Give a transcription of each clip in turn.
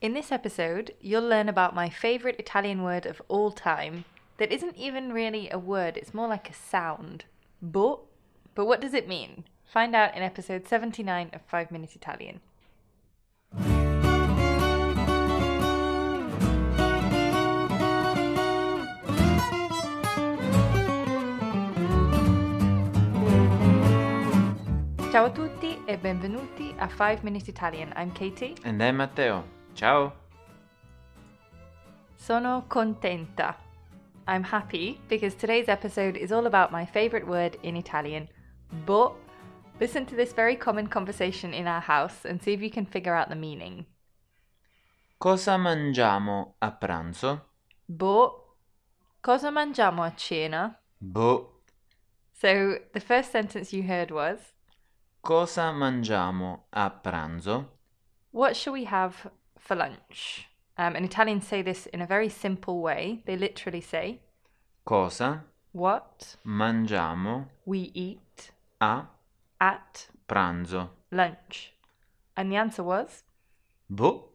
In this episode, you'll learn about my favourite Italian word of all time that isn't even really a word, it's more like a sound. But, but what does it mean? Find out in episode 79 of 5 Minute Italian. Ciao a tutti e benvenuti a 5 Minute Italian. I'm Katie. And then Matteo. Ciao. Sono contenta. I'm happy because today's episode is all about my favorite word in Italian, but listen to this very common conversation in our house and see if you can figure out the meaning. Cosa mangiamo a pranzo? But cosa mangiamo a cena? Boh. So the first sentence you heard was, Cosa mangiamo a pranzo? What shall we have for lunch? Um, and Italians say this in a very simple way. They literally say, Cosa What mangiamo we eat a at pranzo? lunch. And the answer was, Boh.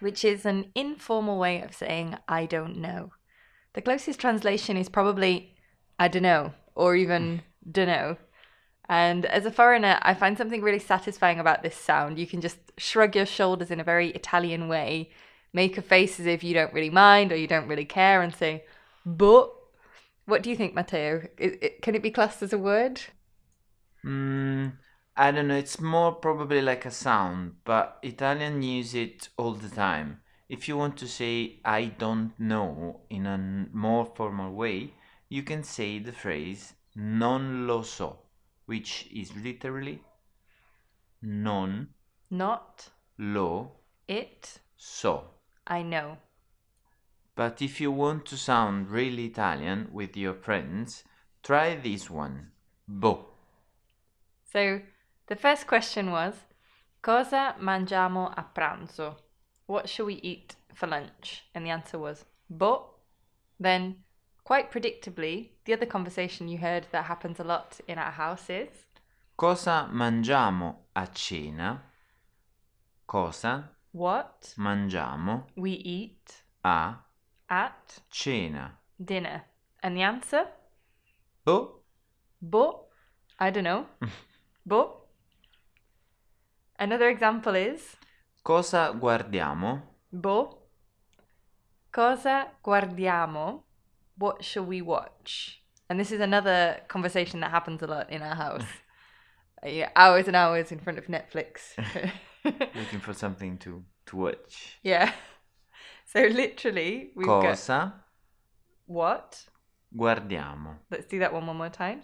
which is an informal way of saying I don't know. The closest translation is probably I don't know or even dunno. And as a foreigner, I find something really satisfying about this sound. You can just shrug your shoulders in a very Italian way, make a face as if you don't really mind or you don't really care, and say, but. What do you think, Matteo? I i can it be classed as a word? Mm, I don't know, it's more probably like a sound, but Italian use it all the time. If you want to say I don't know in a n- more formal way, you can say the phrase non lo so, which is literally non Not lo it, so. I know. But if you want to sound really Italian with your friends, try this one. Boh. So the first question was, cosa mangiamo a pranzo? What shall we eat for lunch? And the answer was, boh. Then, quite predictably, the other conversation you heard that happens a lot in our house is, Cosa mangiamo a cena? Cosa what mangiamo we eat a at cena? dinner. And the answer, Boh. boh. I don't know. boh. Another example is, Cosa guardiamo? Boh. Cosa guardiamo? What shall we watch? And this is another conversation that happens a lot in our house. Uh, yeah, hours and hours in front of Netflix. Looking for something to, to watch. yeah. So literally, we've got Cosa what? guardiamo? Let's do that one more, more time.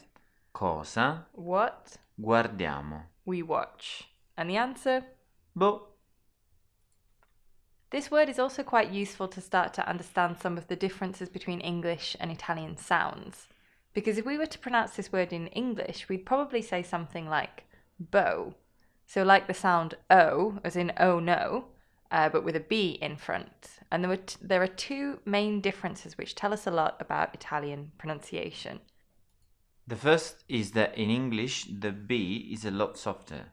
Cosa What guardiamo? we watch. And the answer Boh. This word is also quite useful to start to understand some of the differences between English and Italian sounds. Because if we were to pronounce this word in English, we'd probably say something like bow. So, like the sound O, as in oh no, uh, but with a B in front. And there, were t- there are two main differences which tell us a lot about Italian pronunciation. The first is that in English the B is a lot softer.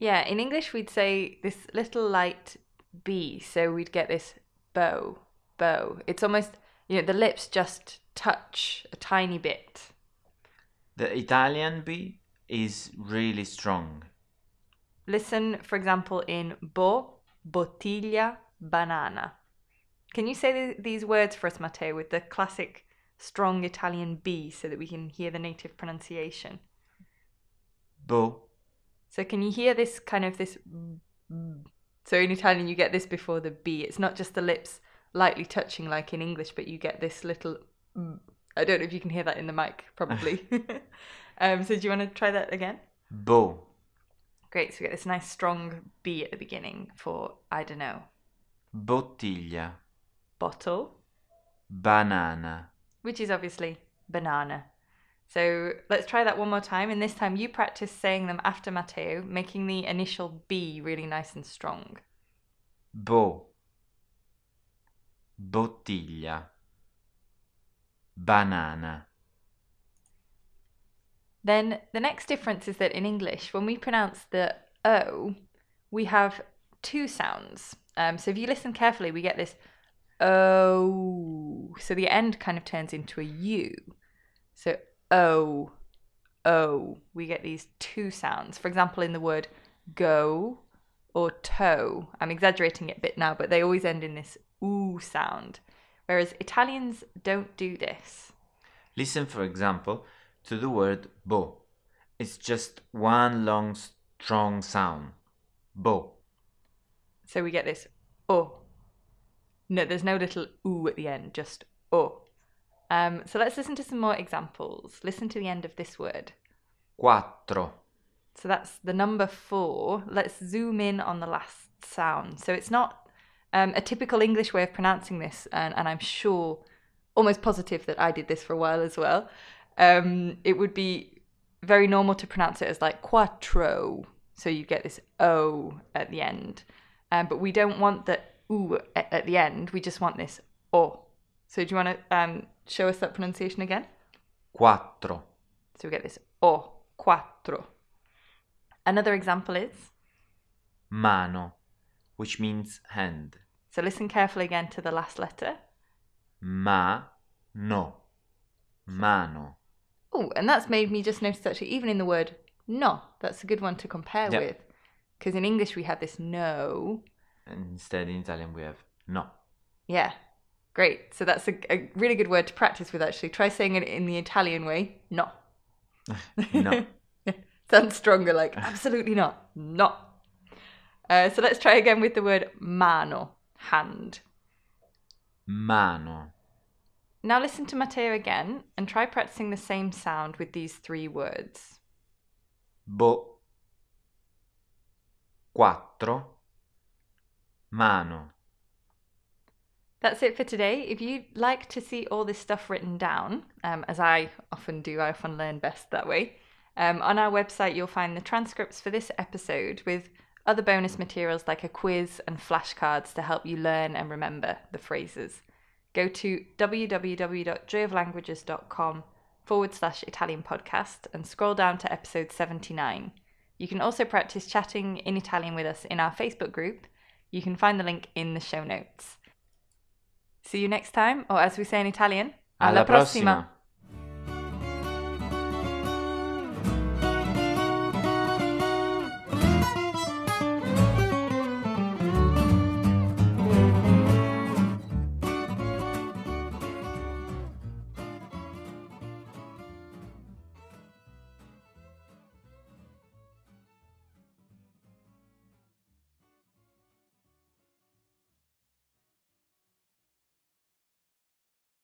Yeah, in English, we'd say this little light B, so we'd get this bow, bow. It's almost, you know, the lips just touch a tiny bit. The Italian B is really strong. Listen, for example, in bo, bottiglia, banana. Can you say th- these words for us, Matteo, with the classic strong Italian B so that we can hear the native pronunciation? Boh. So can you hear this kind of this? b- b- So in Italian, you get this before the b. It's not just the lips lightly touching like in English, but you get this little. b- I don't know if you can hear that in the mic, probably. um, so do you want to try that again? Boh. Great. So we get this nice strong b at the beginning for I don't know Bottiglia. bottle, Banana. which is obviously banana. So let's try that one more time, and this time you practice saying them after Matteo, making the initial b really nice and strong. Boh. Bottiglia. Banana. Then the next difference is that in English, when we pronounce the O, we have two sounds. Um, so if you listen carefully, we get this oh. So the end kind of turns into a u. So oh, oh. We get these two sounds. For example, in the word go or toe. I'm exaggerating it a bit now, but they always end in this oo sound. Whereas Italians don't do this. Listen, for example, to the word bo. It's just one long, strong sound. Bo. So we get this oh. No, there's no little oo at the end, just oh. Um, so let's listen to some more examples. Listen to the end of this word. Quattro. So that's the number four. Let's zoom in on the last sound. So it's not um, a typical English way of pronouncing this, and, and I'm sure, almost positive that I did this for a while as well. Um, it would be very normal to pronounce it as like quattro. So you get this O at the end. Um, but we don't want the oo at, at the end. We just want this O. So do you want to um, show us that pronunciation again? Quattro. So we get this O, quattro. Another example is Mano. Which means hand. so listen carefully again to the last letter. Ma. No. Mano. Oh, and that's made me just notice actually, even in the word no, that's a good one to compare Yeah. with. Because in English we have this no. And Instead, in Italian, we have no. Yeah, great. So that's a, a really good word to practice with actually. Try saying it in the Italian way no. No. Sounds stronger, like absolutely not. No. Uh, so let's try again with the word mano, hand. Mano. Now listen to Matteo again and try practicing the same sound with these three words. Bo. Boh. Quattro. Mano. That's it for today. If you'd like to see all this stuff written down, um, as I often do, I often learn best that way, um, on our website you'll find the transcripts for this episode with other bonus materials like a quiz and flashcards to help you learn and remember the phrases. Go to www.joyoflanguages.com forward slash Italian podcast and scroll down to episode 79. You can also practice chatting in Italian with us in our Facebook group. You can find the link in the show notes. See you next time, or as we say in Italian, Alla prossima.